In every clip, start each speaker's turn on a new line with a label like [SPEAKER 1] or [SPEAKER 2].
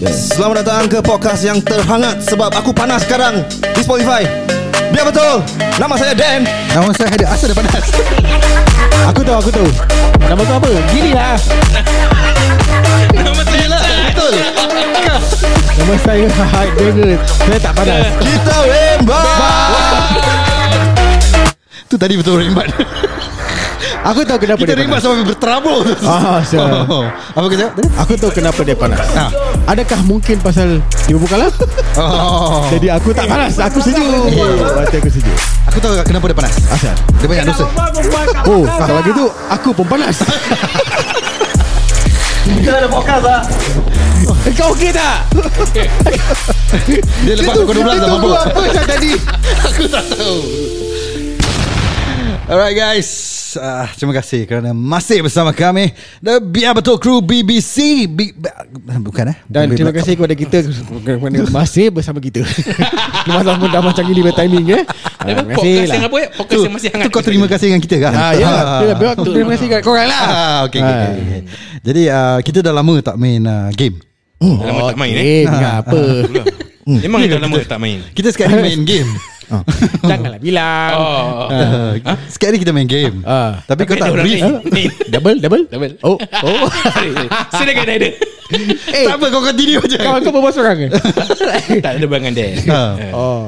[SPEAKER 1] Yes.
[SPEAKER 2] Selamat datang ke podcast yang terhangat Sebab aku panas sekarang Di Spotify Biar betul Nama saya Dan
[SPEAKER 1] Nama saya Haidar Asal dia panas
[SPEAKER 2] Aku tahu, aku tahu
[SPEAKER 1] Nama tu apa? Gini lah
[SPEAKER 2] Betul
[SPEAKER 1] Nama saya Haid Burger Saya tak panas
[SPEAKER 2] Kita rembat
[SPEAKER 3] Tu tadi betul rembat
[SPEAKER 1] Aku tahu kenapa
[SPEAKER 3] Kita
[SPEAKER 1] dia
[SPEAKER 3] rembat
[SPEAKER 1] panas
[SPEAKER 3] sampai berterabur tu
[SPEAKER 1] Ah, sial.
[SPEAKER 3] Oh. Apa kata tadi?
[SPEAKER 1] Aku tahu kenapa dia panas Ha.
[SPEAKER 3] Ah.
[SPEAKER 1] Adakah mungkin pasal Dia buka lah
[SPEAKER 3] Oh.
[SPEAKER 1] Jadi aku tak panas Aku sejuk Oh, Berarti aku sejuk
[SPEAKER 3] Aku tahu kenapa dia panas
[SPEAKER 1] Asal
[SPEAKER 3] Dia banyak dosa
[SPEAKER 1] Oh kalau gitu Aku pun panas
[SPEAKER 2] Kita ada podcast lah
[SPEAKER 1] Kau okey tak?
[SPEAKER 3] Dia lepas pukul 12 dah
[SPEAKER 1] Itu
[SPEAKER 3] mabuk
[SPEAKER 1] apa saya tadi
[SPEAKER 3] Aku tak tahu Alright guys uh, Terima kasih kerana masih bersama kami The Biar Betul Crew BBC B- B- Bukan eh
[SPEAKER 1] Dan
[SPEAKER 3] B-
[SPEAKER 1] terima
[SPEAKER 3] Black
[SPEAKER 1] kasih kepada kita Masih bersama kita Lepas lama dah macam gini Bertiming eh Ah,
[SPEAKER 4] Dia pun
[SPEAKER 1] Terima kasih
[SPEAKER 4] podcast
[SPEAKER 1] lah
[SPEAKER 4] yang apa eh? Podcast
[SPEAKER 3] Tu,
[SPEAKER 4] yang masih hangat.
[SPEAKER 3] tu kau terima kasih dengan kita kan?
[SPEAKER 1] Ah, ya. Terima- Terima kasih kepada korang lah
[SPEAKER 3] Ah, okay, okay, okay, okay. Jadi uh, kita dah lama tak main uh, game.
[SPEAKER 4] Lama tak main eh.
[SPEAKER 1] Eh ingat
[SPEAKER 3] Ah,
[SPEAKER 1] apa
[SPEAKER 3] Hmm.
[SPEAKER 4] Memang dah lama tak main.
[SPEAKER 3] Kita sekarang ni main game.
[SPEAKER 1] Ah. Janganlah bilang
[SPEAKER 4] Oh.
[SPEAKER 3] Uh, sekarang ni kita main game.
[SPEAKER 1] Ah.
[SPEAKER 3] Tapi kau tak brief.
[SPEAKER 1] Double Double
[SPEAKER 4] Double.
[SPEAKER 1] Oh Oh
[SPEAKER 4] Silakan ada.
[SPEAKER 1] Eh
[SPEAKER 3] Tak apa kau continue je.
[SPEAKER 1] Kawan kau berbual seorang ke
[SPEAKER 4] Tak ada bangan dia.
[SPEAKER 3] Ah.
[SPEAKER 1] Oh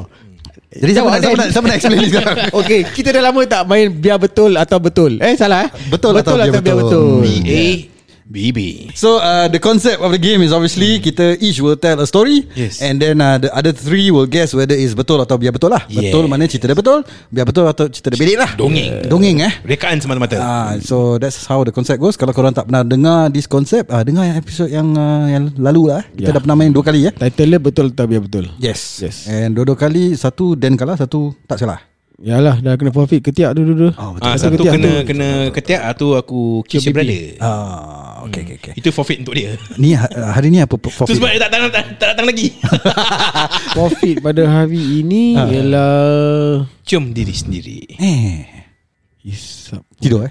[SPEAKER 3] Jadi siapa
[SPEAKER 1] Jawab,
[SPEAKER 3] nak, siapa
[SPEAKER 1] Dan.
[SPEAKER 3] nak, siapa nak explain ni sekarang?
[SPEAKER 1] Okay Kita dah lama tak main Biar betul atau betul Eh salah eh
[SPEAKER 3] Betul atau biar betul.
[SPEAKER 1] betul.
[SPEAKER 4] A BB.
[SPEAKER 3] So uh, the concept of the game is obviously kita each will tell a story
[SPEAKER 4] Yes.
[SPEAKER 3] and then uh, the other three will guess whether it's betul atau biar betul lah.
[SPEAKER 4] Yes.
[SPEAKER 3] Betul mana cerita dia betul, biar betul atau cerita dia belik lah.
[SPEAKER 4] Dongeng.
[SPEAKER 3] Dongeng eh.
[SPEAKER 4] Rekaan semata-mata.
[SPEAKER 3] Ah, so that's how the concept goes. Kalau korang tak pernah dengar this concept, ah, dengar yang episode yang uh, yang lalu lah. eh.
[SPEAKER 1] Yeah.
[SPEAKER 3] Kita dah pernah main dua kali ya.
[SPEAKER 1] Title dia betul atau biar betul
[SPEAKER 3] Yes.
[SPEAKER 1] Yes.
[SPEAKER 3] And dua-dua kali satu Dan kalah, satu tak salah.
[SPEAKER 1] Yalah dah kena forfeit Ketiak tu dulu
[SPEAKER 3] Oh, betul.
[SPEAKER 4] Ah,
[SPEAKER 1] Satu
[SPEAKER 4] satu
[SPEAKER 1] ketiak
[SPEAKER 4] kena
[SPEAKER 1] tu.
[SPEAKER 4] kena ketiak ah, tu aku kiss your brother.
[SPEAKER 3] Ah, okay, okay, okay.
[SPEAKER 4] Itu forfeit untuk dia.
[SPEAKER 3] Ni ha- hari ni apa pe-
[SPEAKER 4] Tu
[SPEAKER 3] forfeit?
[SPEAKER 4] sebab dia tak datang, tak, tak datang lagi.
[SPEAKER 1] Profit pada hari ini
[SPEAKER 3] Ah.
[SPEAKER 1] Ialah
[SPEAKER 4] Cium diri sendiri.
[SPEAKER 3] Eh,
[SPEAKER 1] Hisap
[SPEAKER 3] tidur eh.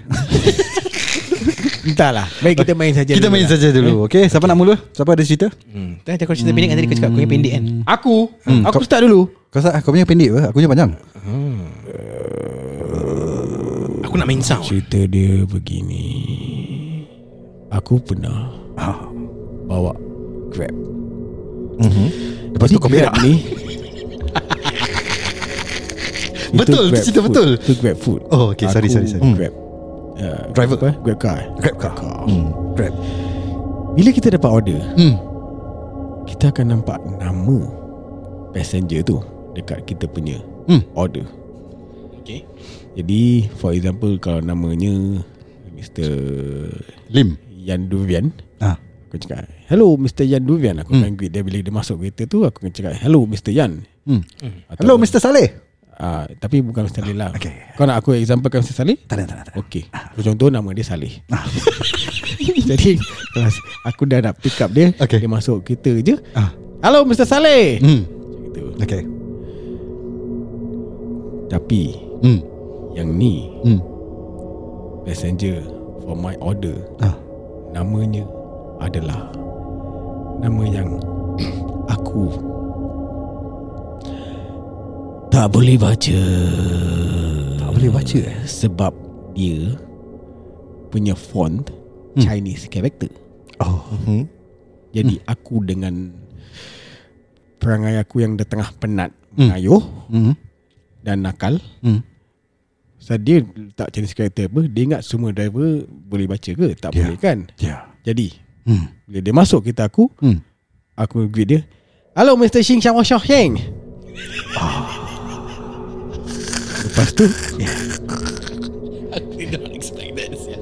[SPEAKER 1] Entahlah Baik kita main saja
[SPEAKER 3] Kita main
[SPEAKER 1] saja
[SPEAKER 3] saja dulu. Okay, siapa nak mula? Siapa ada cerita?
[SPEAKER 4] Hmm. Tadi kau cerita pendek kan tadi kau cakap kau yang pendek kan.
[SPEAKER 1] Aku
[SPEAKER 3] Hmm,
[SPEAKER 1] Aku
[SPEAKER 3] kau-
[SPEAKER 1] start dulu
[SPEAKER 3] Kau sah, kau punya pendek ke? Aku punya panjang.
[SPEAKER 4] Aku nak main sound.
[SPEAKER 1] Cerita dia begini Aku pernah
[SPEAKER 3] Ah.
[SPEAKER 1] Bawa Grab
[SPEAKER 3] Lepas tu kau Mhm. berak.
[SPEAKER 1] ni itu
[SPEAKER 3] Betul,
[SPEAKER 1] Grab
[SPEAKER 3] cerita
[SPEAKER 1] food.
[SPEAKER 3] betul.
[SPEAKER 1] Itu Grab food
[SPEAKER 3] Oh, okay, sorry,
[SPEAKER 1] Aku
[SPEAKER 3] sorry, sorry. Hmm.
[SPEAKER 1] Grab uh,
[SPEAKER 3] Driver.
[SPEAKER 1] apa? Grab car
[SPEAKER 3] Grab car. Hmm. Grab.
[SPEAKER 1] Bila kita dapat order
[SPEAKER 3] Hmm.
[SPEAKER 1] Kita akan nampak nama Passenger tu Dekat kita punya
[SPEAKER 3] Hmm.
[SPEAKER 1] Order
[SPEAKER 4] Okey.
[SPEAKER 1] Jadi for example kalau namanya Mr.
[SPEAKER 3] Lim.
[SPEAKER 1] Yan Duvian
[SPEAKER 3] Ah.
[SPEAKER 1] Aku cakap Hello Mr. Yan Duvian Aku akan greet dia bila dia masuk kereta tu Aku akan cakap Hello Mr. Yan
[SPEAKER 3] Hmm.
[SPEAKER 1] Atau-
[SPEAKER 3] Hello, Mr. Saleh.
[SPEAKER 1] Ah, Tapi bukan Mr. Saleh lah
[SPEAKER 3] okay.
[SPEAKER 1] Kau nak aku examplekan Mr. Saleh?
[SPEAKER 3] Tak ada, tak ada, tak ada.
[SPEAKER 1] Okey Contoh nama dia Saleh
[SPEAKER 3] Ah,
[SPEAKER 1] Jadi kalau Aku dah nak pick up dia
[SPEAKER 3] Okay.
[SPEAKER 1] Dia masuk kereta je
[SPEAKER 3] Ah.
[SPEAKER 1] Hello Mr. Saleh
[SPEAKER 3] Hmm.
[SPEAKER 1] Gitu.
[SPEAKER 3] Okay.
[SPEAKER 1] Tapi
[SPEAKER 3] Hmm.
[SPEAKER 1] Yang ni
[SPEAKER 3] Hmm.
[SPEAKER 1] passenger for my order
[SPEAKER 3] Ah.
[SPEAKER 1] namanya adalah nama yang aku tak boleh baca
[SPEAKER 3] Tak boleh baca eh.
[SPEAKER 1] sebab dia punya font Chinese character.
[SPEAKER 3] Hmm. Oh.
[SPEAKER 1] Jadi aku dengan perangai aku yang dah tengah penat mengayuh
[SPEAKER 3] Hmm.
[SPEAKER 1] dan nakal
[SPEAKER 3] Hmm.
[SPEAKER 1] So dia letak Chinese character apa Dia ingat semua driver Boleh baca ke Tak
[SPEAKER 3] Ya.
[SPEAKER 1] boleh kan
[SPEAKER 3] Ya.
[SPEAKER 1] Jadi
[SPEAKER 3] Hmm.
[SPEAKER 1] Bila dia masuk kereta aku
[SPEAKER 3] Hmm.
[SPEAKER 1] Aku greet dia Hello Mr. Xing Xiao Xiao Heng Ah. Lepas tu
[SPEAKER 4] Aku did not expect that. sia.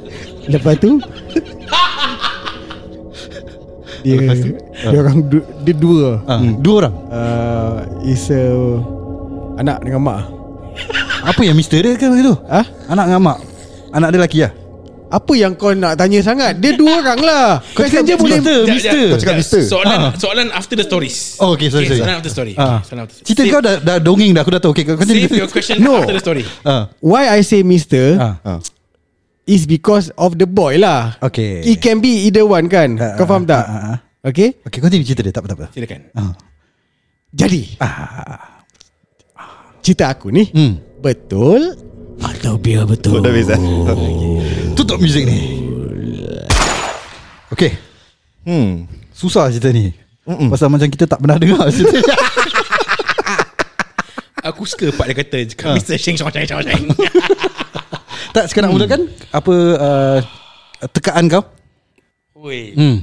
[SPEAKER 1] Lepas tu Dia Dia orang du, Dia Hmm. dua
[SPEAKER 3] Ah. Dua orang.
[SPEAKER 1] uh, Is a Anak dengan mak
[SPEAKER 3] Apa yang Mr. dia ke begitu?
[SPEAKER 1] Ah?
[SPEAKER 3] Anak dengan mak. Anak dia lelaki lah.
[SPEAKER 1] Apa yang kau nak tanya sangat Dia dua orang lah Kau
[SPEAKER 3] cakap
[SPEAKER 1] saja boleh
[SPEAKER 3] Mr.
[SPEAKER 4] Jap,
[SPEAKER 3] Mr.
[SPEAKER 4] jap.
[SPEAKER 3] Kau cakap Mr.
[SPEAKER 4] Soalan
[SPEAKER 3] Ah.
[SPEAKER 4] soalan after the stories.
[SPEAKER 3] Oh, okay, sorry, sorry.
[SPEAKER 4] Soalan after story.
[SPEAKER 3] Ah.
[SPEAKER 4] Okay, soalan after
[SPEAKER 3] Cerita
[SPEAKER 4] Save-
[SPEAKER 3] kau dah, dah dongeng dah aku dah tahu. Okay, kau continue.
[SPEAKER 4] Save your question
[SPEAKER 1] No.
[SPEAKER 4] after the story.
[SPEAKER 3] Ah.
[SPEAKER 1] Why I say Mr.
[SPEAKER 3] Ah.
[SPEAKER 1] is because of the boy lah.
[SPEAKER 3] Okay.
[SPEAKER 1] It can be either one kan.
[SPEAKER 3] Ah,
[SPEAKER 1] Kau faham
[SPEAKER 3] ah,
[SPEAKER 1] tak?
[SPEAKER 3] ah, ah.
[SPEAKER 1] Okay
[SPEAKER 3] Okay continue cerita dia Tak apa-apa
[SPEAKER 1] Silakan
[SPEAKER 3] Ah.
[SPEAKER 1] Jadi ah. Cerita aku ni hmm. Betul Atau biar betul
[SPEAKER 2] Dah habis eh?
[SPEAKER 3] Tutup muzik ni Okay
[SPEAKER 2] Hmm
[SPEAKER 3] Susah cerita ni Mm-mm. Pasal macam kita tak pernah dengar cerita ni.
[SPEAKER 4] Aku suka part dia kata
[SPEAKER 3] Ah.
[SPEAKER 4] Cakap Mr. Sheng Sheng Sheng Sheng Sheng
[SPEAKER 3] Tak sekarang hmm. mulakan Apa uh, Tekaan kau
[SPEAKER 4] Oi
[SPEAKER 3] hmm.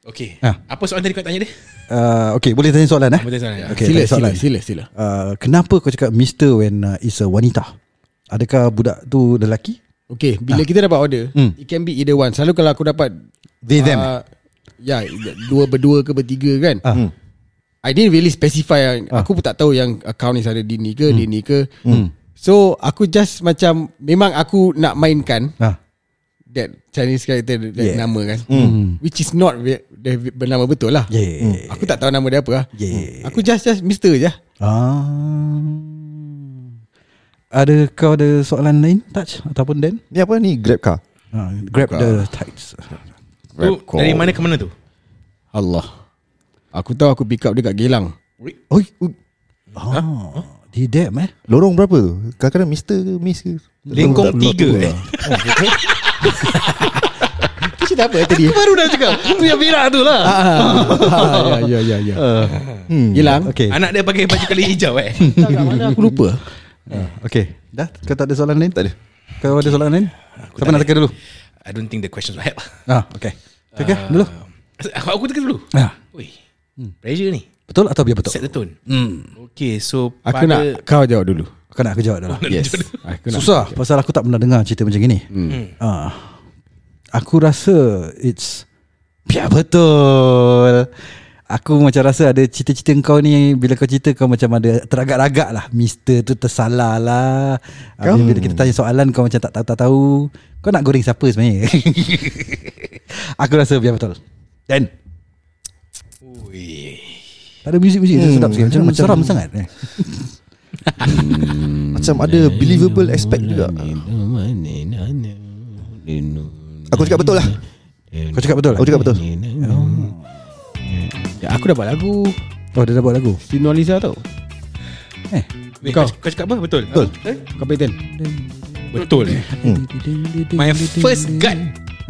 [SPEAKER 4] Okay
[SPEAKER 3] Ah.
[SPEAKER 4] Apa soalan tadi kau tanya dia?
[SPEAKER 3] uh, Okay boleh tanya soalan eh
[SPEAKER 4] Apa tanya soalan
[SPEAKER 3] Okay,
[SPEAKER 1] Sila sila
[SPEAKER 3] tanya soalan.
[SPEAKER 1] sila sila
[SPEAKER 3] Uh, Kenapa kau cakap Mister when uh, It's a wanita Adakah budak tu lelaki
[SPEAKER 1] Okay Bila kita dapat order
[SPEAKER 3] Hmm.
[SPEAKER 1] It can be either one Selalu kalau aku dapat
[SPEAKER 3] They them
[SPEAKER 1] ah, Ya Dua berdua ke bertiga kan
[SPEAKER 3] Ah.
[SPEAKER 1] hmm. I didn't really specify ah. Aku pun tak tahu yang Account ni ada Dini ke hmm. Dini ke hmm. So aku just macam Memang aku nak mainkan
[SPEAKER 3] ah.
[SPEAKER 1] That Chinese character That yeah.
[SPEAKER 3] Yeah.
[SPEAKER 1] nama kan hmm. Which is not re- the Bernama betul lah
[SPEAKER 3] Yeah.
[SPEAKER 1] Hmm. Aku tak tahu nama dia apa lah
[SPEAKER 3] Yeah.
[SPEAKER 1] Aku just just Mister je
[SPEAKER 3] Ah. Ada kau ada soalan lain Touch ataupun Dan
[SPEAKER 2] Ni apa ni Grab car
[SPEAKER 3] ah, Grab the tights
[SPEAKER 4] Tu
[SPEAKER 2] Grab call.
[SPEAKER 4] dari mana ke mana tu?
[SPEAKER 1] Allah Aku tahu aku pick up dia kat Geylang
[SPEAKER 2] Oi, ui,
[SPEAKER 3] Ah, Di dem eh
[SPEAKER 2] Lorong berapa tu Kadang-kadang mister ke miss ke
[SPEAKER 4] Lengkong
[SPEAKER 2] Tak- tak-
[SPEAKER 4] tiga,
[SPEAKER 2] tak-
[SPEAKER 4] eh.
[SPEAKER 1] Kau cerita apa tadi?
[SPEAKER 3] Baru dah cakap Tu yang berak tu lah
[SPEAKER 1] Ah, ya, ya, ya, ya. Geylang
[SPEAKER 3] Okay
[SPEAKER 4] ah. Anak dia pakai baju kali hijau eh
[SPEAKER 1] Tak kat mana aku lupa
[SPEAKER 3] Okay Dah kau tak ada soalan lain Tak ada Kau ada soalan lain Siapa nak teka dulu
[SPEAKER 4] I don't think the questions will help
[SPEAKER 3] Ah, okay Teka
[SPEAKER 4] Ah.
[SPEAKER 3] dulu
[SPEAKER 4] Aku, aku teka dulu
[SPEAKER 3] ah. Hmm.
[SPEAKER 4] Oi Pressure ni
[SPEAKER 3] Betul atau biar betul
[SPEAKER 4] Set the tone hmm. Okay so
[SPEAKER 1] Aku nak kau jawab dulu
[SPEAKER 3] Kau nak aku jawab dulu
[SPEAKER 1] Yes aku nak.
[SPEAKER 3] Susah Pasal aku tak pernah dengar cerita macam gini hmm. ah, Aku rasa It's Biar betul Aku macam rasa ada cerita-cerita kau ni Bila kau cerita kau macam ada Teragak-ragak lah Mister tu tersalah lah kau? Bila kita tanya soalan kau macam tak tahu-tak tahu Kau nak goreng siapa sebenarnya Aku rasa biar betul Dan
[SPEAKER 4] Ui.
[SPEAKER 3] Tak ada muzik-muzik hmm. sedap sikit Macam, macam seram sangat eh.
[SPEAKER 2] Macam ada believable aspect juga Aku cakap betul lah
[SPEAKER 3] Kau cakap betul lah
[SPEAKER 2] Aku cakap betul
[SPEAKER 1] Ya, Aku dapat lagu
[SPEAKER 3] Oh dia dah buat lagu
[SPEAKER 1] Si Nolisa tau
[SPEAKER 3] Eh
[SPEAKER 4] Wait,
[SPEAKER 1] Kau.
[SPEAKER 4] kau. kau cakap apa? Betul? Betul eh?
[SPEAKER 1] Kapiten
[SPEAKER 4] Betul eh My first gut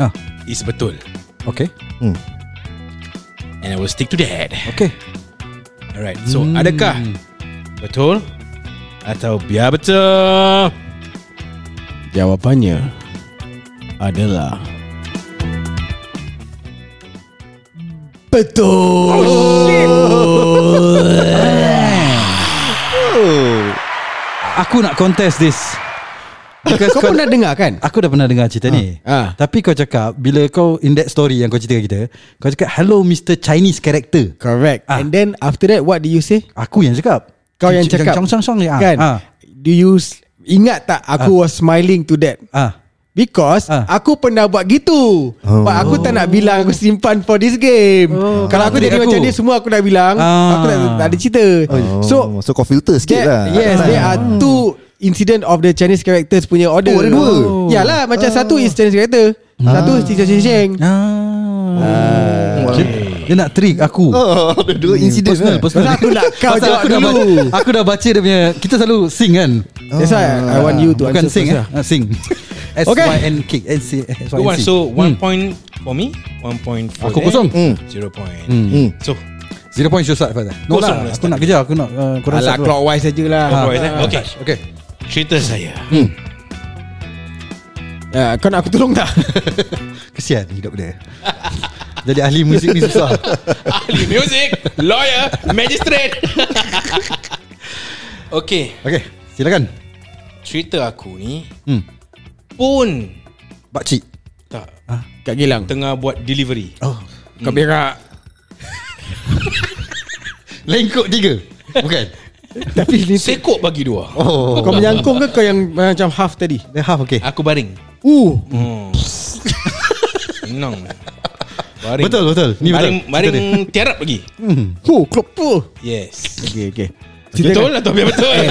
[SPEAKER 3] ah,
[SPEAKER 4] Is betul
[SPEAKER 3] Okay
[SPEAKER 2] hmm.
[SPEAKER 4] And I will stick to that
[SPEAKER 3] Okay
[SPEAKER 4] Alright So adakah Betul Atau biar betul
[SPEAKER 1] Jawapannya Adalah
[SPEAKER 3] Oh. Aku nak contest this Because
[SPEAKER 1] Kau pernah dengar kan?
[SPEAKER 3] Aku dah pernah dengar cerita ni
[SPEAKER 1] Ah.
[SPEAKER 3] Tapi kau cakap Bila kau in that story Yang kau cerita kat kita Kau cakap Hello Mr. Chinese character
[SPEAKER 1] Correct
[SPEAKER 3] Ah.
[SPEAKER 1] And then after that What do you say?
[SPEAKER 3] Aku yang cakap
[SPEAKER 1] Kau yang
[SPEAKER 3] Cik-
[SPEAKER 1] cakap
[SPEAKER 3] Chong chong chong ni, ah.
[SPEAKER 1] Kan
[SPEAKER 3] ah.
[SPEAKER 1] Do you s- Ingat tak Aku was smiling to that
[SPEAKER 3] ah.
[SPEAKER 1] Because
[SPEAKER 3] Ah.
[SPEAKER 1] Aku pernah buat gitu oh. But aku tak nak bilang Aku simpan for this game oh. Kalau aku
[SPEAKER 3] Trik
[SPEAKER 1] jadi
[SPEAKER 3] aku.
[SPEAKER 1] macam dia Semua aku dah bilang
[SPEAKER 3] Ah.
[SPEAKER 1] Aku tak, tak ada cerita oh. So
[SPEAKER 2] oh, So kau filter sikit
[SPEAKER 1] There,
[SPEAKER 2] lah
[SPEAKER 1] yes, there are two incident of the Chinese characters punya order.
[SPEAKER 2] Oh, ada dua?
[SPEAKER 1] Yalah, macam satu is Chinese character. Satu is Cik Cik Sheng. Ah.
[SPEAKER 3] Ah. Dia, dia nak trick aku Hmm,
[SPEAKER 2] Oh, ada dua insiden
[SPEAKER 3] Personal,
[SPEAKER 2] lah.
[SPEAKER 3] personal.
[SPEAKER 1] Aku eh? nak kau
[SPEAKER 3] Pasal
[SPEAKER 1] jawab
[SPEAKER 3] aku dah
[SPEAKER 1] dulu.
[SPEAKER 3] baca- Aku dah baca dia punya Kita selalu sing kan
[SPEAKER 1] That's why I want you to
[SPEAKER 3] Bukan
[SPEAKER 1] answer
[SPEAKER 3] sing
[SPEAKER 1] first
[SPEAKER 3] eh
[SPEAKER 1] lah.
[SPEAKER 3] Ah, Sing
[SPEAKER 1] Okay.
[SPEAKER 3] S-Y-N-K S-Y-N-C
[SPEAKER 4] Good one So one point For me One point for
[SPEAKER 3] Aku
[SPEAKER 4] them.
[SPEAKER 3] kosong.
[SPEAKER 2] Hmm.
[SPEAKER 4] Zero point
[SPEAKER 2] Hmm.
[SPEAKER 4] So
[SPEAKER 3] Zero point show start Fazal No lah
[SPEAKER 4] Kosong dah
[SPEAKER 3] Aku
[SPEAKER 4] start.
[SPEAKER 3] nak kerja Aku nak uh, korang
[SPEAKER 1] Alah,
[SPEAKER 3] start dulu.
[SPEAKER 1] clockwise saja lah.
[SPEAKER 4] Clockwise, eh? Okay
[SPEAKER 3] Okay
[SPEAKER 4] Cerita saya
[SPEAKER 1] Ah, kau nak aku tolong tak?
[SPEAKER 3] Kesian hidup dia Jadi ahli muzik ni susah
[SPEAKER 4] Ahli music Lawyer Magistrate Okay
[SPEAKER 3] Okay Silakan
[SPEAKER 4] Cerita aku ni
[SPEAKER 3] hmm.
[SPEAKER 4] Pun
[SPEAKER 3] Pakcik
[SPEAKER 4] Tak
[SPEAKER 1] Kat Gilang.
[SPEAKER 4] Tengah buat delivery
[SPEAKER 3] oh.
[SPEAKER 4] Hmm.
[SPEAKER 1] Kau berak.
[SPEAKER 3] Lengkok tiga Bukan
[SPEAKER 1] Tapi ni
[SPEAKER 4] Sekok bagi dua
[SPEAKER 3] Oh
[SPEAKER 1] kau menyangkung ke kau yang macam half tadi?
[SPEAKER 3] Dia half okay
[SPEAKER 4] Aku baring
[SPEAKER 1] Uh,
[SPEAKER 4] Hmm. Senang Baring
[SPEAKER 3] Betul betul Ni betul
[SPEAKER 4] Baring, baring tiarap lagi
[SPEAKER 1] huh, klop tu.
[SPEAKER 4] Yes
[SPEAKER 1] Okay, okay.
[SPEAKER 4] Betul atau biar betul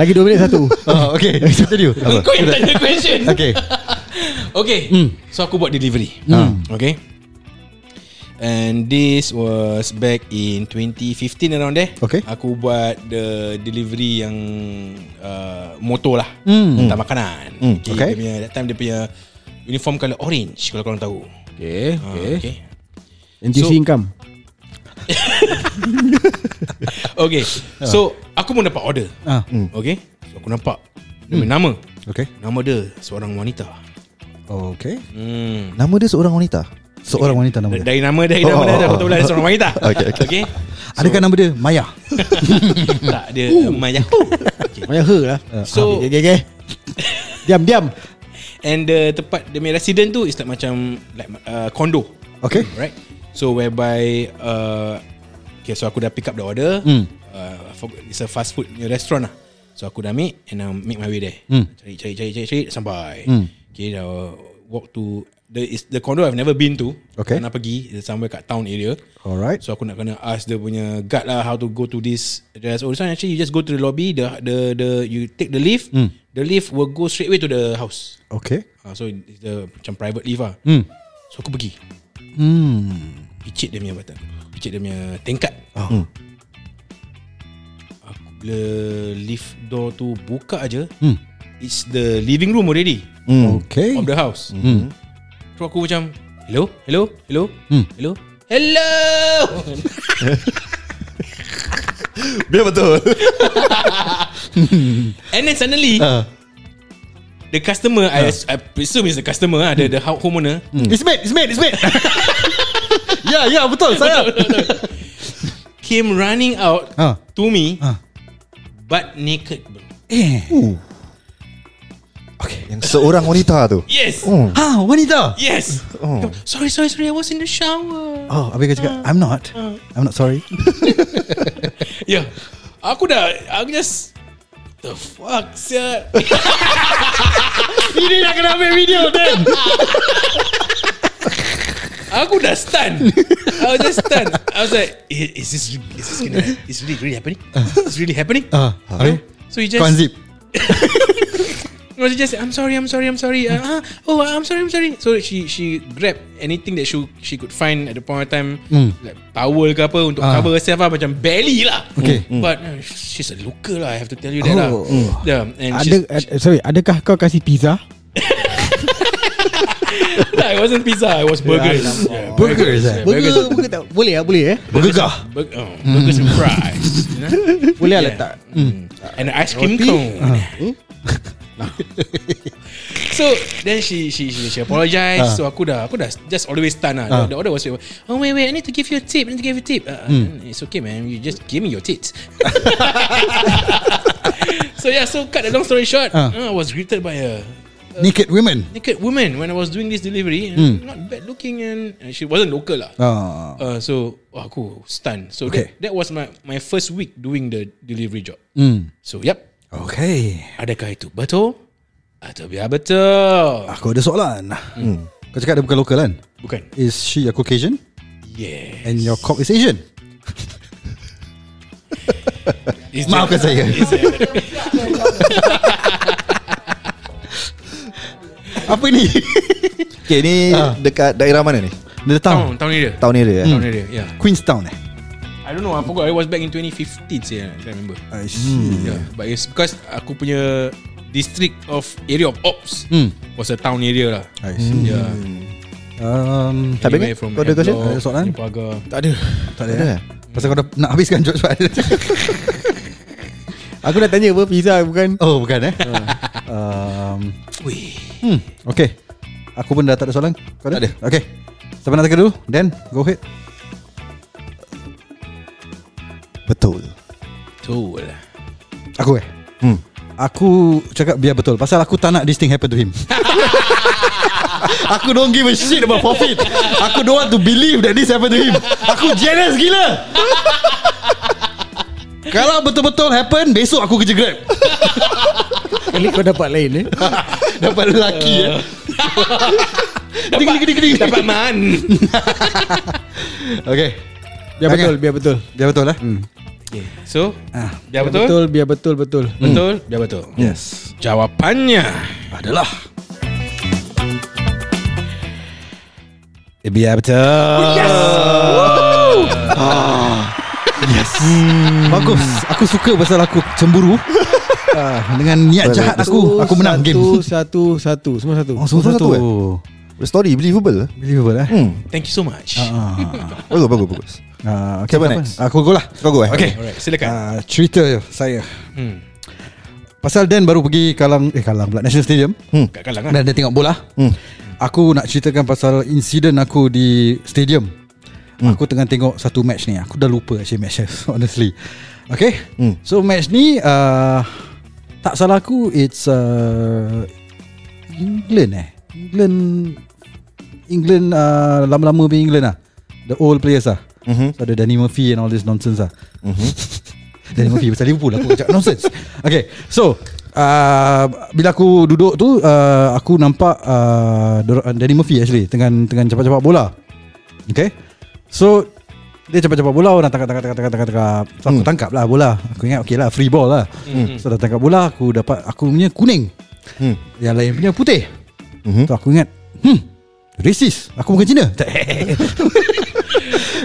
[SPEAKER 1] Lagi 2 minit satu.
[SPEAKER 3] oh, Okay Continue Apa?
[SPEAKER 4] Kau yang tanya question
[SPEAKER 3] Okay
[SPEAKER 4] Okay So aku buat delivery Okay Hmm. And this was back in 2015 around there
[SPEAKER 2] Okay.
[SPEAKER 4] Aku buat the delivery yang uh, motor lah mm. Hantar makanan
[SPEAKER 2] Hmm, okay.
[SPEAKER 4] dia punya, That time dia punya uniform colour orange Kalau korang tahu
[SPEAKER 1] Okay,
[SPEAKER 4] Ah,
[SPEAKER 1] okay.
[SPEAKER 4] okay.
[SPEAKER 1] NTUC
[SPEAKER 4] So-
[SPEAKER 1] income.
[SPEAKER 4] Okay So aku pun dapat order
[SPEAKER 3] Ah.
[SPEAKER 4] Okay so, Aku nampak Dia punya nama
[SPEAKER 2] Okay.
[SPEAKER 4] Nama dia seorang wanita
[SPEAKER 3] Okay.
[SPEAKER 4] Hmm
[SPEAKER 2] Nama dia seorang wanita.
[SPEAKER 3] Seorang wanita nama
[SPEAKER 4] Dari,
[SPEAKER 3] dia.
[SPEAKER 4] dari nama Dari nama
[SPEAKER 2] Oh.
[SPEAKER 4] dia Aku tahu lah dia seorang wanita
[SPEAKER 2] Okay, okay.
[SPEAKER 4] okay.
[SPEAKER 3] Adakah nama dia Maya?
[SPEAKER 4] Tak dia uh. Maya okay.
[SPEAKER 1] Maya her lah.
[SPEAKER 4] So
[SPEAKER 1] Okay, okay, okay. diam, diam.
[SPEAKER 4] And the tempat Dia punya resident tu Is like macam Like uh, condo
[SPEAKER 2] Okay.
[SPEAKER 4] Right So whereby uh, Okay so aku dah pick up the order
[SPEAKER 1] Hmm.
[SPEAKER 4] mm. uh, I forgot- It's a fast food punya restaurant lah So aku dah ambil And I make my way there
[SPEAKER 1] Hmm.
[SPEAKER 4] mm. Cari cari cari cari, cari Sampai mm. Okay dah Walk to The, is the condo I've never been to
[SPEAKER 2] Okay.
[SPEAKER 4] Nak pergi It's Somewhere kat town area
[SPEAKER 1] Oh.
[SPEAKER 2] Alright.
[SPEAKER 4] So aku nak kena ask dia punya guard lah how to go to this address. Oh, this one actually you just go to the lobby, the the the you take the lift, mm. the lift will go straight away to the house.
[SPEAKER 2] Okay.
[SPEAKER 4] Uh, so it's the macam private lift lah. Mm. So aku pergi. Hmm. Picit dia punya batang. Picit dia punya tingkat. Oh. Aku bila lift door tu buka aja, mm. it's the living room already
[SPEAKER 2] Hmm.
[SPEAKER 3] Okay.
[SPEAKER 4] of the house. Mm. So aku macam hello, hello, hello, mm. hello. Hello.
[SPEAKER 2] Biar betul.
[SPEAKER 4] And then suddenly
[SPEAKER 2] Ha.
[SPEAKER 4] The customer I, I presume is the customer lah,
[SPEAKER 2] Hmm.
[SPEAKER 4] The, the ho- homeowner
[SPEAKER 1] It's made, it's made, it's made. ya, ya, betul. Saya.
[SPEAKER 4] Came running out
[SPEAKER 2] Ha.
[SPEAKER 3] Ah.
[SPEAKER 4] To me
[SPEAKER 3] Ah.
[SPEAKER 4] But naked bro.
[SPEAKER 3] Eh.
[SPEAKER 2] Yang seorang wanita tu.
[SPEAKER 4] Yes
[SPEAKER 2] Oh.
[SPEAKER 3] Ha, wanita.
[SPEAKER 4] Yes
[SPEAKER 2] Oh.
[SPEAKER 4] Sorry sorry sorry I was in the shower
[SPEAKER 3] Oh, habis kau cakap I'm not. I'm not sorry.
[SPEAKER 4] Yeah Ya. Aku dah Aku just The fuck sia
[SPEAKER 1] Ini nak kena ambil video, Dan.
[SPEAKER 4] Aku dah stun I was just stun I was like "I- Is this Is this gonna Is really really happening Is really happening
[SPEAKER 1] Ha,
[SPEAKER 3] Ah, habis
[SPEAKER 4] So you just
[SPEAKER 3] kau unzip.
[SPEAKER 4] No, she just said, I'm sorry, I'm sorry, I'm sorry. Uh, ah, oh, I'm sorry, I'm sorry. So she she grabbed anything that she she could find at the point of time, like towel ke apa untuk
[SPEAKER 3] Hmm. Ah.
[SPEAKER 4] cover herself lah, macam belly lah.
[SPEAKER 3] Okay.
[SPEAKER 4] Mm. But uh, she's a looker lah, I have to tell you that lah.
[SPEAKER 3] Oh.
[SPEAKER 4] Yeah, and
[SPEAKER 1] Ada,
[SPEAKER 4] she's-
[SPEAKER 1] ad, sorry, adakah kau kasih pizza?
[SPEAKER 4] nah, it wasn't pizza, it was burgers. Yeah,
[SPEAKER 3] Burgers, eh?
[SPEAKER 1] Burger, burger tak boleh ah, boleh eh.
[SPEAKER 3] Bergegah.
[SPEAKER 4] Bur- oh,
[SPEAKER 3] Hmm.
[SPEAKER 4] burgers and fries. you know?
[SPEAKER 1] Boleh lah
[SPEAKER 4] Yeah.
[SPEAKER 1] letak.
[SPEAKER 4] Mm. And an ice cream
[SPEAKER 1] Roti.
[SPEAKER 4] cone.
[SPEAKER 3] Ah.
[SPEAKER 4] Hmm? so then she she she, she apologized.
[SPEAKER 3] Ah.
[SPEAKER 4] So aku dah aku dah just all the way stun lah. The, the order was oh wait wait I need to give you a tip. I need to give you a tip. Uh,
[SPEAKER 3] Hmm.
[SPEAKER 4] It's okay man. You just give me your tits. so yeah. So cut the long story short.
[SPEAKER 3] Ah.
[SPEAKER 4] Uh, I was greeted by a
[SPEAKER 3] Naked women.
[SPEAKER 4] naked woman when I was doing this delivery. Uh, Not bad looking and, and she wasn't local lah.
[SPEAKER 3] Hmm. Ah.
[SPEAKER 4] Uh, so wah, aku stun. So
[SPEAKER 3] Okay.
[SPEAKER 4] that, that was my my first week doing the delivery job.
[SPEAKER 3] Hmm.
[SPEAKER 4] So yep.
[SPEAKER 3] Okay.
[SPEAKER 4] Adakah itu betul? Atau biar betul?
[SPEAKER 3] Aku ada soalan. Hmm. Kau cakap dia bukan lokal kan?
[SPEAKER 4] Bukan.
[SPEAKER 3] Is she a Caucasian
[SPEAKER 4] Yeah.
[SPEAKER 3] and your cop is Asian?
[SPEAKER 4] Is
[SPEAKER 3] Maafkan saya. Apa ni?
[SPEAKER 2] Okay, ni
[SPEAKER 3] Ah.
[SPEAKER 2] dekat daerah mana ni?
[SPEAKER 3] Dia datang.
[SPEAKER 4] Tahun, tahun ni dia.
[SPEAKER 2] Tahun ni dia. eh?
[SPEAKER 4] Tahun ni dia. Ya. Yeah.
[SPEAKER 3] Queenstown eh?
[SPEAKER 4] I don't know. I forgot. I was back in 2015. Yeah, I remember.
[SPEAKER 3] I see.
[SPEAKER 4] Yeah. But it's because aku punya district of area of ops was a town area lah.
[SPEAKER 3] I see.
[SPEAKER 4] Yeah.
[SPEAKER 3] Um,
[SPEAKER 2] Tak
[SPEAKER 4] Anywhere
[SPEAKER 2] dengar?
[SPEAKER 4] from
[SPEAKER 2] Kau ada question?
[SPEAKER 4] Havelock,
[SPEAKER 3] Ada soalan?
[SPEAKER 4] Nyapaga.
[SPEAKER 1] Tak ada.
[SPEAKER 3] tak
[SPEAKER 2] Ada
[SPEAKER 3] ada. eh?
[SPEAKER 2] eh?
[SPEAKER 3] Pasal kau dah nak habiskan George Pak.
[SPEAKER 1] Aku dah tanya apa pizza bukan.
[SPEAKER 3] oh, bukan eh? um,
[SPEAKER 4] Wih.
[SPEAKER 3] hmm, okay. Aku pun dah tak ada soalan. Kau ada? Tak ada. Okay. Siapa nak tanya dulu? Dan, go ahead.
[SPEAKER 2] Betul.
[SPEAKER 4] Betul lah.
[SPEAKER 3] Aku eh?
[SPEAKER 2] Hmm.
[SPEAKER 3] Aku cakap biar betul Pasal aku tak nak This thing happen to him Aku don't give a shit about profit Aku don't want to believe That this happen to him Aku jealous gila Kalau betul-betul happen Besok aku kerja grab
[SPEAKER 1] Kali kau dapat lain eh.
[SPEAKER 3] Dapat lelaki ya Dapat
[SPEAKER 4] Dapat man.
[SPEAKER 3] Okay
[SPEAKER 1] Biar betul, biar betul.
[SPEAKER 3] Biar betul lah
[SPEAKER 4] Okay. So,
[SPEAKER 3] Ah.
[SPEAKER 4] biar
[SPEAKER 1] Betul,
[SPEAKER 4] betul?
[SPEAKER 1] betul biar betul betul.
[SPEAKER 4] Betul? Biar betul.
[SPEAKER 3] Yes
[SPEAKER 4] Jawapannya
[SPEAKER 3] Adalah Biar betul Yes Ah. Yes Bagus Aku suka pasal aku cemburu Ah, Dengan niat
[SPEAKER 2] Betul,
[SPEAKER 3] jahat
[SPEAKER 2] betul.
[SPEAKER 3] aku Aku menang game
[SPEAKER 1] Satu satu satu Semua satu
[SPEAKER 3] Oh semua
[SPEAKER 2] satu,
[SPEAKER 3] satu
[SPEAKER 2] eh? The story believable
[SPEAKER 3] Believable eh
[SPEAKER 2] Hmm
[SPEAKER 4] Thank you so much
[SPEAKER 2] Bagus bagus bagus
[SPEAKER 3] Ah, okay,
[SPEAKER 2] Siapa
[SPEAKER 3] tak apa.
[SPEAKER 2] next?
[SPEAKER 3] Aku go lah
[SPEAKER 2] Kau go eh
[SPEAKER 3] Okay.
[SPEAKER 4] Alright silakan
[SPEAKER 3] Ah, Cerita je saya
[SPEAKER 4] hmm.
[SPEAKER 3] Pasal Dan baru pergi Kalang Eh Kalang pula National Stadium
[SPEAKER 4] Kat kalang lah
[SPEAKER 3] Dan dia tengok bola
[SPEAKER 2] Hmm.
[SPEAKER 3] Aku nak ceritakan pasal Insiden aku di Stadium
[SPEAKER 2] Hmm.
[SPEAKER 3] Aku tengah tengok Satu match ni Aku dah lupa actually matches Honestly Okay
[SPEAKER 2] Hmm.
[SPEAKER 3] So match ni uh, Tak salah aku It's uh, England eh England England uh, Lama-lama punya England lah The old players lah
[SPEAKER 2] Mhm.
[SPEAKER 3] so, Ada Danny Murphy And all this nonsense lah Danny Murphy pasal Liverpool Aku cakap nonsense Okay so uh, Bila aku duduk tu uh, Aku nampak uh, dor- Danny Murphy actually Tengah, tengah cepat-cepat bola Okay So Dia cepat-cepat bola Orang tangkap tangkap tangkap tangkap tangkap So aku tangkap lah bola Aku ingat okay lah Free ball lah So dah tangkap bola Aku dapat Aku punya kuning
[SPEAKER 2] Hmm.
[SPEAKER 3] Yang lain punya putih
[SPEAKER 2] Mhm.
[SPEAKER 3] So aku ingat Hmm Racist Aku bukan Cina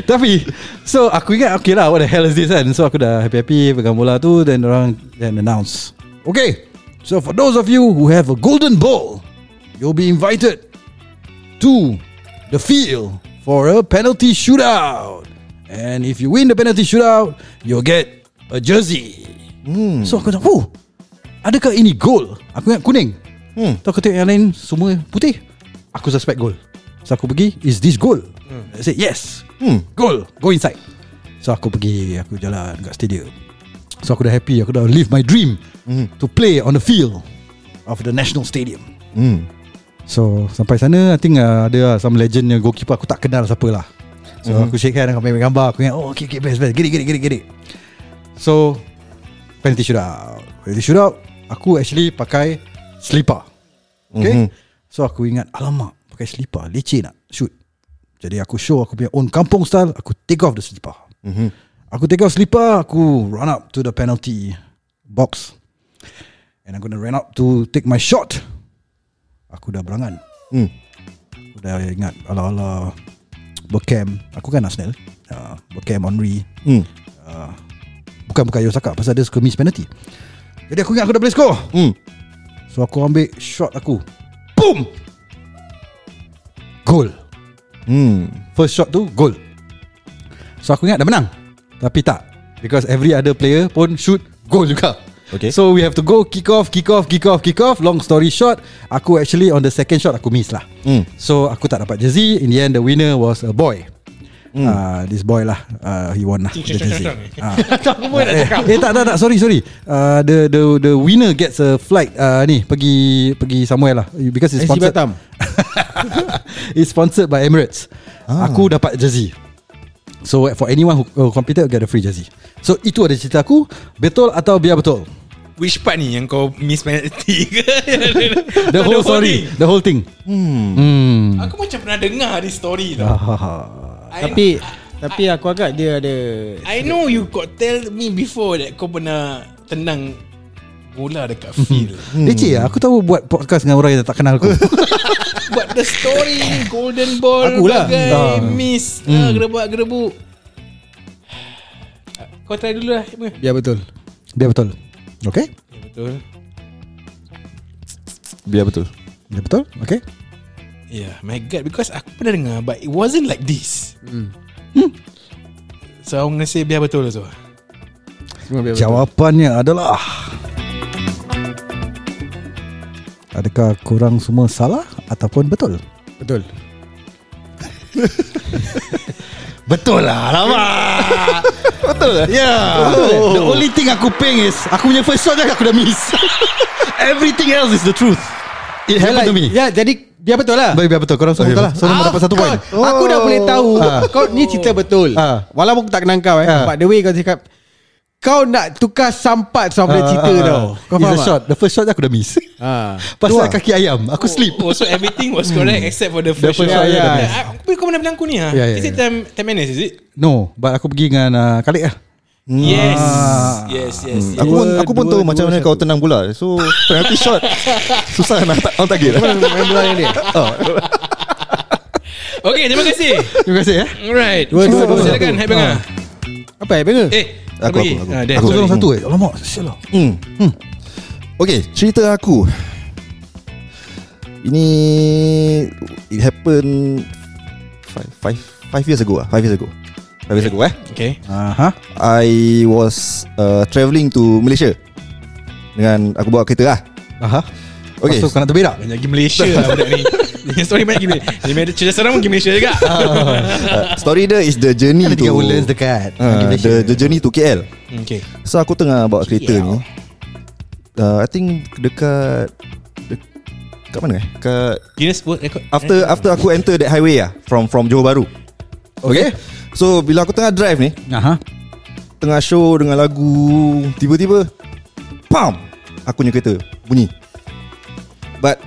[SPEAKER 3] Tapi So aku ingat Okay lah What the hell is this kan So aku dah happy-happy Pegang bola tu Then orang Then announce Okay So for those of you Who have a golden ball You'll be invited to the field for a penalty shootout. And if you win the penalty shootout, you'll get a jersey. Hmm. So aku cakap, oh, adakah ini gold? Aku ingat kuning. Hmm. So aku tengok yang lain semua putih. Aku suspect gold. So aku pergi, is this gold? Hmm. I said, yes. Hmm. Gold. Go inside. So aku pergi, aku jalan kat stadium. So aku dah happy, aku dah live my dream hmm. to play on the field of the national stadium.
[SPEAKER 2] Hmm
[SPEAKER 3] So sampai sana I think uh, ada lah some legendnya goalkeeper aku tak kenal siapa lah. So mm-hmm. aku shake hand dengan ambil gambar aku ingat oh okay okay best best get it get it get it get it. So penalty shootout. Penalty shootout aku actually pakai slipper.
[SPEAKER 2] Mhm.
[SPEAKER 3] Okay. So aku ingat alamak pakai slipper leceh nak shoot. Jadi aku show aku punya own kampung style aku take off the slipper.
[SPEAKER 2] Mhm.
[SPEAKER 3] Aku take off slipper aku run up to the penalty box. And I'm gonna run up to take my shot. Aku dah berangan.
[SPEAKER 2] Hmm
[SPEAKER 3] Aku dah ingat ala-ala Beckham Aku kan Arsenal uh, Beckham, Henry
[SPEAKER 2] Hmm
[SPEAKER 3] Bukan bukan Yosaka Pasal dia suka miss penalty Jadi aku ingat aku dah boleh score
[SPEAKER 2] Hmm
[SPEAKER 3] So aku ambil shot aku Boom Goal
[SPEAKER 2] Hmm
[SPEAKER 3] First shot tu goal So aku ingat dah menang Tapi tak Because every other player pun shoot goal juga
[SPEAKER 2] Okay.
[SPEAKER 3] So we have to go kick off, kick off, kick off, kick off Long story short Aku actually on the second shot aku miss lah
[SPEAKER 2] Hmm.
[SPEAKER 3] So aku tak dapat jersey In the end the winner was a boy
[SPEAKER 2] Hmm.
[SPEAKER 3] mm. uh, This boy lah uh, He won lah the jersey Ah. eh, eh tak tak tak sorry sorry uh, The the the winner gets a flight uh, Ni pergi pergi somewhere lah Because
[SPEAKER 1] NC
[SPEAKER 3] it's sponsored
[SPEAKER 1] Batam
[SPEAKER 3] It's sponsored by Emirates. Ah. Aku dapat jersey. So for anyone who, who competed get a free jersey. So itu ada cerita aku, betul atau biar betul.
[SPEAKER 4] Which part ni Yang kau miss penalty ke
[SPEAKER 3] The whole story, the whole thing.
[SPEAKER 4] thing. Aku macam pernah dengar This story tau I-
[SPEAKER 1] Tapi Tapi aku agak dia ada
[SPEAKER 4] I know you got tell me before that kau pernah tenang bola dekat field.
[SPEAKER 3] Hmm. Leceh lah, aku tahu buat podcast dengan orang yang tak kenal aku.
[SPEAKER 4] But the story ni golden ball
[SPEAKER 1] Akulah.
[SPEAKER 3] Ah.
[SPEAKER 4] bagai miss hmm. lah. ah, gerebak gerebuk. Kau try dulu lah Ibnu.
[SPEAKER 1] Ya betul
[SPEAKER 3] biar betul. Okay?
[SPEAKER 4] Ya betul.
[SPEAKER 2] Biar betul
[SPEAKER 3] Biar betul? Okay?
[SPEAKER 4] Yeah, Ya, my god because aku pernah dengar but it wasn't like this. Hmm. So I'm gonna say biar betul lah, so.
[SPEAKER 1] Semua biar betul
[SPEAKER 3] Jawapannya adalah Adakah korang semua salah ataupun betul?
[SPEAKER 1] Betul
[SPEAKER 3] Betul lah Lama Betul lah Yeah
[SPEAKER 2] Betul.
[SPEAKER 3] The only thing aku ping is Aku punya first shot je aku dah miss Everything else is the truth It happened to me
[SPEAKER 1] Ya jadi Biar betul lah
[SPEAKER 3] Baik biar betul Korang semua
[SPEAKER 2] Baik,
[SPEAKER 3] betul lah Semua
[SPEAKER 1] Ah,
[SPEAKER 3] dapat satu
[SPEAKER 1] kau-
[SPEAKER 3] point
[SPEAKER 1] Aku dah
[SPEAKER 2] Oh.
[SPEAKER 1] boleh tahu
[SPEAKER 3] Ah.
[SPEAKER 1] Kau ni cerita betul
[SPEAKER 3] Ah.
[SPEAKER 1] Walaupun aku tak kenal kau eh
[SPEAKER 3] Ah.
[SPEAKER 1] But the way kau cakap Kau nak tukar sampat Sampai
[SPEAKER 3] Ah,
[SPEAKER 1] cerita
[SPEAKER 3] ah,
[SPEAKER 1] tau Kau
[SPEAKER 3] It's
[SPEAKER 1] faham
[SPEAKER 3] a
[SPEAKER 1] tak?
[SPEAKER 3] shot The first shot je aku dah miss
[SPEAKER 1] Ah.
[SPEAKER 3] Pasal
[SPEAKER 1] Tu lah.
[SPEAKER 3] kaki ayam Aku sleep
[SPEAKER 4] Oh, oh, so everything was correct except for the first
[SPEAKER 3] first
[SPEAKER 1] shot,
[SPEAKER 4] shot.
[SPEAKER 1] yeah.
[SPEAKER 4] yeah. Aku kau pernah bilang aku ni ah.
[SPEAKER 3] Yeah, yeah,
[SPEAKER 4] is it
[SPEAKER 3] yeah. Ah.
[SPEAKER 4] time time minutes is it?
[SPEAKER 3] No But aku pergi dengan uh, Khalid lah
[SPEAKER 4] Yes. Yes, yes. yes.
[SPEAKER 2] Aku pun aku pun
[SPEAKER 1] Dua,
[SPEAKER 2] tahu
[SPEAKER 1] dua,
[SPEAKER 2] macam mana
[SPEAKER 1] satu.
[SPEAKER 2] kau tenang bola So penalty shot Susah nak tak, nak target Ah,
[SPEAKER 1] Main bola dengan dia
[SPEAKER 2] oh.
[SPEAKER 4] Okay terima kasih
[SPEAKER 3] Terima kasih eh
[SPEAKER 4] Alright
[SPEAKER 1] Dua, dua, dua,
[SPEAKER 4] Silakan Hai Benga
[SPEAKER 1] Apa eh Bengah
[SPEAKER 4] Eh
[SPEAKER 2] Aku,
[SPEAKER 4] pergi.
[SPEAKER 2] aku, aku.
[SPEAKER 4] Ah, Dan,
[SPEAKER 2] Aku.
[SPEAKER 4] sorry.
[SPEAKER 3] Kosong satu eh Alamak Sial lah
[SPEAKER 2] Hmm. hmm. Okay, cerita aku. Ini it happened five, five, five years ago ah. Five years ago. Five years ago eh.
[SPEAKER 4] Okay
[SPEAKER 3] Aha.
[SPEAKER 2] I was uh, travelling to Malaysia dengan aku bawa kereta lah.
[SPEAKER 3] Aha.
[SPEAKER 2] Okay.
[SPEAKER 3] Lepas tu kau nak terberak
[SPEAKER 4] Banyak pergi Malaysia lah budak ni Dia Story banyak pergi Malaysia Dia punya cerita seram pergi Malaysia juga
[SPEAKER 2] Uh, story dia is the journey
[SPEAKER 3] Ada
[SPEAKER 2] to
[SPEAKER 3] tiga ulas dekat
[SPEAKER 2] uh, the, the journey to KL.
[SPEAKER 4] Hmm, Okay
[SPEAKER 2] So aku tengah bawa kereta ni. Uh, I think dekat dekat mana eh? Dekat
[SPEAKER 4] Guinness World Record
[SPEAKER 2] After after aku enter that highway ah from from Johor Bahru. Okay. So bila aku tengah drive ni,
[SPEAKER 3] Aha.
[SPEAKER 2] tengah show dengan lagu, tiba-tiba pam aku punya kereta bunyi. But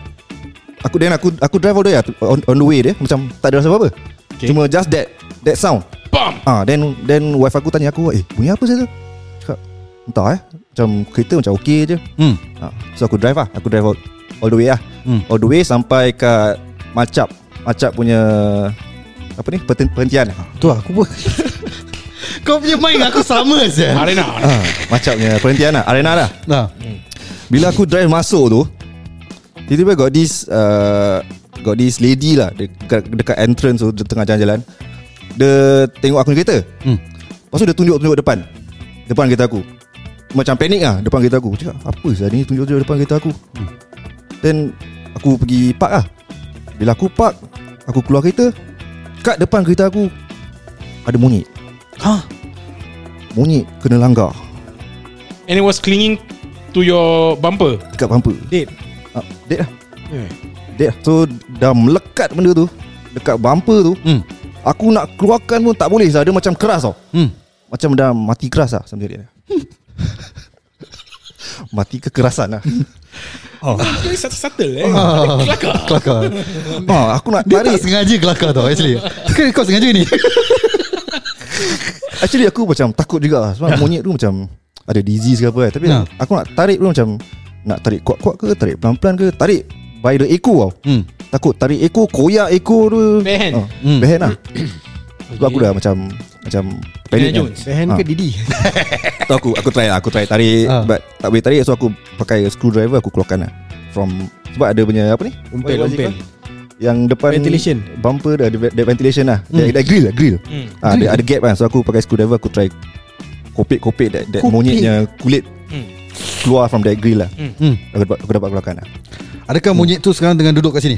[SPEAKER 2] aku then aku aku drive all the way ah, on, on the way dia macam tak ada rasa apa-apa.
[SPEAKER 4] Okay.
[SPEAKER 2] Okay. Cuma just that that sound.
[SPEAKER 4] Bam
[SPEAKER 2] Ah then then wife aku tanya aku, "Eh, bunyi apa saya tu?" Cakap, "Entah eh. Macam kereta macam okey je."
[SPEAKER 3] Hmm.
[SPEAKER 2] Ha, so aku drive lah Aku drive all, all the way lah
[SPEAKER 3] Hmm.
[SPEAKER 2] All the way sampai kat Macap Macap punya Apa ni Perten- Perhentian ha,
[SPEAKER 3] Tu lah, aku pun Kau punya main aku sama je
[SPEAKER 2] Ah.
[SPEAKER 4] Arena
[SPEAKER 2] Macap punya perhentian lah Arena lah
[SPEAKER 3] Nah.
[SPEAKER 2] Bila aku drive masuk tu Tiba-tiba got this uh, Got this lady lah Dekat, dekat entrance tu Dia tengah jalan-jalan Dia tengok aku punya kereta
[SPEAKER 3] Hmm.
[SPEAKER 2] Lepas tu dia tunjuk-tunjuk depan Depan kereta aku Macam panik lah Depan kereta aku Cakap apa sah ni Tunjuk-tunjuk depan kereta aku hmm. Then Aku pergi park lah Bila aku park Aku keluar kereta Kat depan kereta aku Ada monyet
[SPEAKER 3] Ha.
[SPEAKER 2] Monyet kena langgar
[SPEAKER 4] And it was clinging To your bumper
[SPEAKER 2] Dekat bumper
[SPEAKER 4] Dead
[SPEAKER 2] ah, Dead lah
[SPEAKER 3] Eh.
[SPEAKER 2] Dead lah So dah melekat benda tu Dekat bumper tu
[SPEAKER 3] Hmm.
[SPEAKER 2] Aku nak keluarkan pun tak boleh sah Dia macam keras tau
[SPEAKER 3] Hmm.
[SPEAKER 2] Macam dah mati keras lah Something like that Mati kekerasan lah
[SPEAKER 4] Dia subtle eh
[SPEAKER 3] Ah.
[SPEAKER 4] Kelakar
[SPEAKER 3] Kelakar
[SPEAKER 2] ha, Aku nak
[SPEAKER 3] Dia tak
[SPEAKER 2] tarik
[SPEAKER 3] sengaja kelakar tau actually Kan kau sengaja ni
[SPEAKER 2] Actually aku macam takut juga lah Sebab
[SPEAKER 3] Ya.
[SPEAKER 2] monyet tu macam Ada disease ke apa kan Tapi
[SPEAKER 3] Ya.
[SPEAKER 2] aku nak tarik tu macam Nak tarik kuat-kuat ke Tarik pelan-pelan ke Tarik by the ekor tau
[SPEAKER 3] Hmm.
[SPEAKER 2] Takut tarik ekor Koyak ekor tu
[SPEAKER 4] Bare hand.
[SPEAKER 2] Ah,
[SPEAKER 3] Hmm.
[SPEAKER 2] Bare hand lah Sebab aku dah macam Macam
[SPEAKER 4] Indiana
[SPEAKER 2] panic kan
[SPEAKER 4] Jones
[SPEAKER 1] Bahan
[SPEAKER 2] Ah.
[SPEAKER 1] ke Didi
[SPEAKER 2] so, aku, aku try lah Aku try tarik
[SPEAKER 3] Ah.
[SPEAKER 2] But tak boleh tarik So aku pakai screwdriver Aku keluarkan lah From Sebab ada punya apa ni
[SPEAKER 1] Umpil,
[SPEAKER 2] What- what is it
[SPEAKER 1] umpil.
[SPEAKER 2] called? Yang depan
[SPEAKER 1] Ventilation.
[SPEAKER 2] Bumper dia ada ve- dia ventilation lah hmm. dia, dia grill lah grill
[SPEAKER 4] Hmm.
[SPEAKER 2] Ah, ada, ada gap lah So aku pakai screwdriver Aku try Kopik-kopik That, that
[SPEAKER 3] Kopik.
[SPEAKER 2] monyetnya Kulit
[SPEAKER 4] Hmm.
[SPEAKER 2] Keluar from that grill lah
[SPEAKER 3] Hmm.
[SPEAKER 2] aku, dapat, aku dapat keluarkan lah
[SPEAKER 3] Adakah
[SPEAKER 1] Hmm.
[SPEAKER 3] monyet tu sekarang tengah duduk kat sini?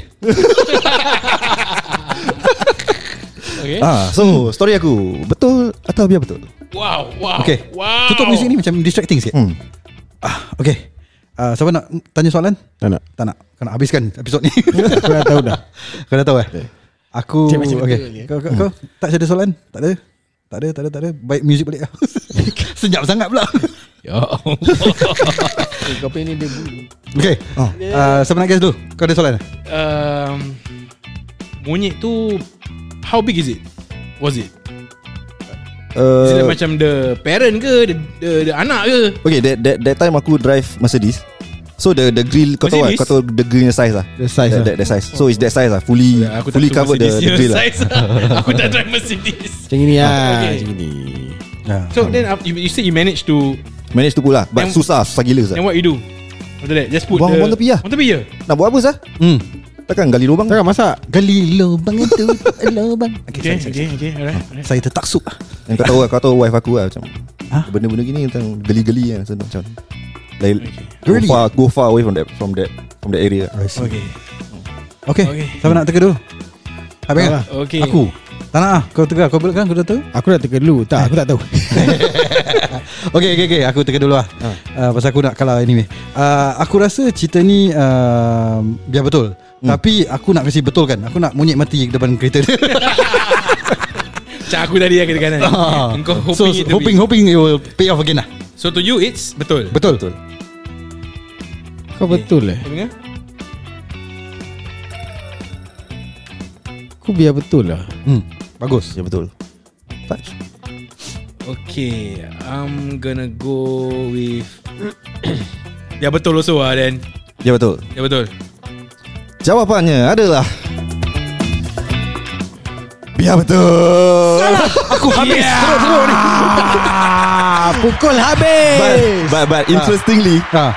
[SPEAKER 4] Okay
[SPEAKER 2] ah, So story aku Betul atau biar betul
[SPEAKER 4] Wow
[SPEAKER 1] Ah.
[SPEAKER 4] Wow
[SPEAKER 3] Okay
[SPEAKER 4] Wow
[SPEAKER 3] Tutup muzik ni macam distracting sikit
[SPEAKER 2] hmm.
[SPEAKER 3] Ah, Okay uh, Siapa nak tanya soalan?
[SPEAKER 1] Tak nak
[SPEAKER 3] Tak nak Kau nak habiskan episod ni
[SPEAKER 1] Kau dah tahu dah
[SPEAKER 3] Kau dah tahu eh Aku
[SPEAKER 1] Cik macam betul ni,
[SPEAKER 3] okay.
[SPEAKER 1] eh.
[SPEAKER 3] Kau, kau, kau Tak ada soalan? Tak ada? Tak ada, tak ada, tak ada Baik muzik balik Senyap sangat pula
[SPEAKER 4] Ya Allah.
[SPEAKER 1] Kau punya ni dia
[SPEAKER 3] Okay oh. uh, Siapa nak guess dulu? Kau ada soalan?
[SPEAKER 4] um, Monyet tu How big is it? Was it? Is it
[SPEAKER 2] uh,
[SPEAKER 4] like macam the parent ke? The, the, the anak ke?
[SPEAKER 2] Okay that, that, that time aku drive Mercedes So the the grill Kau tahu lah
[SPEAKER 4] Mercedes?
[SPEAKER 2] Kau
[SPEAKER 4] Oh.
[SPEAKER 2] tahu the grillnya size lah
[SPEAKER 1] The size
[SPEAKER 2] that,
[SPEAKER 1] lah.
[SPEAKER 2] that, that size So it's that size lah Fully
[SPEAKER 4] Ya, aku tak
[SPEAKER 2] Fully
[SPEAKER 4] tahu
[SPEAKER 2] covered the,
[SPEAKER 4] Mercedes
[SPEAKER 2] the
[SPEAKER 4] punya
[SPEAKER 2] grill lah
[SPEAKER 4] size. Aku tak drive Mercedes
[SPEAKER 1] Macam gini lah
[SPEAKER 4] Okay.
[SPEAKER 1] Macam gini Ya.
[SPEAKER 3] Yeah.
[SPEAKER 4] So then after- you, you said you managed to
[SPEAKER 2] Manage tu pula But
[SPEAKER 4] Then-
[SPEAKER 2] susah Susah gila sah.
[SPEAKER 4] Then what you do? After that Just put
[SPEAKER 2] Buang
[SPEAKER 4] the
[SPEAKER 2] buang tepi lah.
[SPEAKER 4] Buang tepi je
[SPEAKER 2] Nak buat apa sah
[SPEAKER 3] Hmm.
[SPEAKER 2] Takkan gali lubang
[SPEAKER 1] Takkan masak
[SPEAKER 3] Gali lubang itu lubang.
[SPEAKER 4] Okay okay okay Alright alright.
[SPEAKER 3] Saya tertaksub.
[SPEAKER 2] Yang kau tahu lah, Kau tahu wife aku lah Macam
[SPEAKER 3] Hah?
[SPEAKER 2] Benda-benda gini Tentang geli-geli lah so, Macam like,
[SPEAKER 3] Really?
[SPEAKER 2] go, far, go far away from that From that From that area
[SPEAKER 4] Okay
[SPEAKER 3] Okay.
[SPEAKER 4] Okay.
[SPEAKER 3] okay. Siapa nak teka dulu? Habis kan?
[SPEAKER 4] Okay
[SPEAKER 3] Aku. Tak nak ah. Kau teka. Kau belakang kau dah tahu.
[SPEAKER 1] Aku dah teka dulu Tak aku tak tahu
[SPEAKER 3] Okay, okay, okay. Aku teka dulu lah. Uh, pasal aku nak kalah anyway. Uh, aku rasa cerita ni uh, biar betul. Tapi aku nak kasi betul kan. Aku nak monyet mati depan kereta dia.
[SPEAKER 4] Macam aku tadi yang kena kanan
[SPEAKER 2] Ah.
[SPEAKER 3] Ah.
[SPEAKER 4] Engkau hoping
[SPEAKER 3] so,
[SPEAKER 4] it to be.
[SPEAKER 3] hoping, hoping it will pay off again lah.
[SPEAKER 4] So to you it's Betul
[SPEAKER 3] Betul. Betul.
[SPEAKER 1] Kau betul eh
[SPEAKER 4] Kau dengar?
[SPEAKER 1] Aku biar betul lah
[SPEAKER 3] Hmm. Bagus.
[SPEAKER 2] Ya betul Touch
[SPEAKER 4] Okay I'm gonna go with Ya betul also lah Dan
[SPEAKER 2] Ya betul
[SPEAKER 4] Ya betul
[SPEAKER 2] Jawapannya adalah Biar betul Salah
[SPEAKER 3] Aku habis yeah. Teruk-teruk ni
[SPEAKER 1] Ah,
[SPEAKER 3] Pukul habis
[SPEAKER 2] But, but, but interestingly
[SPEAKER 3] ha.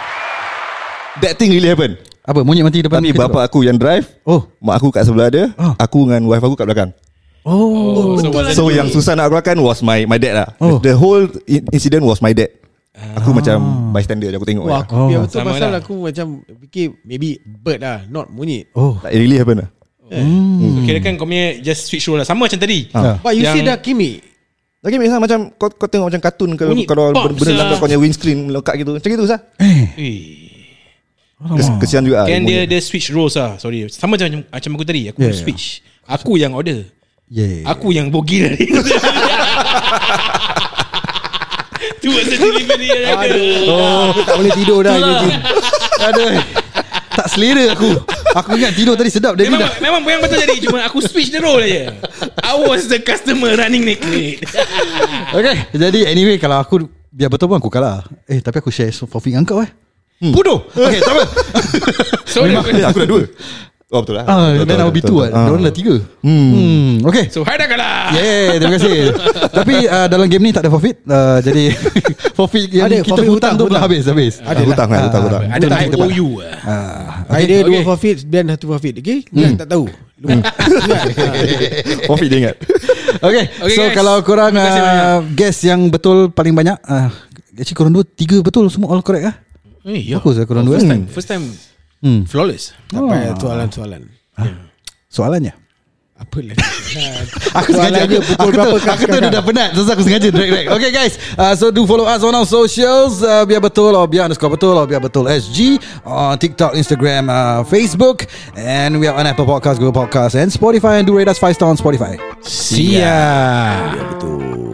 [SPEAKER 2] That thing really happened
[SPEAKER 3] Apa monyet mati depan
[SPEAKER 2] Tapi
[SPEAKER 3] kereta
[SPEAKER 2] bapa aku yang drive
[SPEAKER 3] Oh
[SPEAKER 2] Mak aku kat sebelah dia
[SPEAKER 3] Ah.
[SPEAKER 2] Aku dengan wife aku kat belakang
[SPEAKER 3] Oh,
[SPEAKER 4] so, wasn't
[SPEAKER 2] So
[SPEAKER 4] you-
[SPEAKER 2] yang susah nak keluarkan Was my my dad lah
[SPEAKER 3] Oh.
[SPEAKER 2] The whole i- incident was my dad Aku macam bystander je Ah. Aku tengok je
[SPEAKER 1] Wah aku oh, biar betul
[SPEAKER 4] sama
[SPEAKER 1] pasal
[SPEAKER 4] lah.
[SPEAKER 1] aku macam Fikir maybe bird lah Not monyet
[SPEAKER 3] oh.
[SPEAKER 2] Like, It really happened lah
[SPEAKER 3] Hmm.
[SPEAKER 4] So, kira kan kau punya Just switch role lah Sama macam tadi
[SPEAKER 3] Ha.
[SPEAKER 1] But you say
[SPEAKER 4] Yang-
[SPEAKER 1] dah Kimi
[SPEAKER 2] Lagi misal macam kau, kau tengok macam kartun kalau
[SPEAKER 4] Bunyi lah.
[SPEAKER 2] kalau
[SPEAKER 4] pop,
[SPEAKER 2] benda
[SPEAKER 4] sah.
[SPEAKER 2] langgar kau punya windscreen melekat gitu. Macam gitu Ah. sah.
[SPEAKER 4] Eh,
[SPEAKER 2] Kes, kesian
[SPEAKER 3] Ah,
[SPEAKER 2] juga.
[SPEAKER 4] Kan dia
[SPEAKER 2] bunyi.
[SPEAKER 4] dia switch roles lah Sorry Sama macam macam aku tadi Aku
[SPEAKER 3] Yeah, yeah.
[SPEAKER 4] switch Aku yang order
[SPEAKER 3] Yeah.
[SPEAKER 4] Aku yang bogil tadi Tu masa delivery yang ada
[SPEAKER 1] oh. Aku tak boleh tidur dah ini tu.
[SPEAKER 3] Aduh. tak selera aku. Aku ingat tidur tadi sedap dia
[SPEAKER 4] Memang,
[SPEAKER 3] dah.
[SPEAKER 4] memang yang betul jadi Cuma aku switch the role aja I was the customer running naked
[SPEAKER 3] Okay. Jadi anyway kalau aku biar betul pun aku kalah. Eh tapi aku share so- forfeit dengan kau eh. Hmm. Bodoh. Okay, tak apa.
[SPEAKER 4] So
[SPEAKER 2] Eh, aku dah dua. Oh betul lah. Betul,
[SPEAKER 3] Ah, then
[SPEAKER 2] betul,
[SPEAKER 3] I'll be
[SPEAKER 2] betul,
[SPEAKER 3] two.
[SPEAKER 2] betul.
[SPEAKER 3] Ah. Diorang dah tiga. Hmm. Okay.
[SPEAKER 4] So hai dah kalah
[SPEAKER 3] Yeah, terima kasih. Tapi uh, dalam game ni tak ada forfeit. Uh, jadi forfeit yang
[SPEAKER 1] Ada,
[SPEAKER 3] ada, kita
[SPEAKER 1] forfeit
[SPEAKER 3] hutang,
[SPEAKER 1] hutang,
[SPEAKER 3] tu pula
[SPEAKER 1] hutang.
[SPEAKER 3] habis habis. Ah.
[SPEAKER 2] Ah, Ada hutang kan, hutang hutang.
[SPEAKER 4] Ada tak
[SPEAKER 3] Betul,
[SPEAKER 4] IOU lah.
[SPEAKER 1] Okay, Hmm. Ada dua
[SPEAKER 4] okay. Hmm.
[SPEAKER 1] forfeit Dan satu forfeit Okay Ingat tak tahu Lupa Ingat.
[SPEAKER 2] Profit dia ingat.
[SPEAKER 3] Okay, okay
[SPEAKER 4] Okay,
[SPEAKER 3] so guys.
[SPEAKER 4] guys.
[SPEAKER 3] kalau korang
[SPEAKER 4] Terima kasih banyak.
[SPEAKER 3] uh, guess yang betul paling banyak uh, Actually korang dua, tiga betul semua all correct lah
[SPEAKER 4] Eh, ya.
[SPEAKER 3] Bagus lah korang dua
[SPEAKER 4] First
[SPEAKER 3] Hmm.
[SPEAKER 4] time First time
[SPEAKER 3] hmm.
[SPEAKER 4] Flawless
[SPEAKER 1] Tak payah soalan-soalan
[SPEAKER 3] Soalannya
[SPEAKER 1] Apa lagi
[SPEAKER 3] Aku sengaja aku,
[SPEAKER 1] Soalannya
[SPEAKER 3] aku,
[SPEAKER 1] pukul
[SPEAKER 3] aku,
[SPEAKER 1] berapa
[SPEAKER 3] tu, aku tu
[SPEAKER 1] kakak?
[SPEAKER 3] dah penat So aku sengaja drag drag Okay guys uh, So do follow us on our socials uh, Biar betul or biar underscore betul Or biar betul SG On TikTok, Instagram, uh, Facebook And we are on Apple Podcast, Google Podcast And Spotify And do rate us 5 star on Spotify
[SPEAKER 4] See ya
[SPEAKER 3] Betul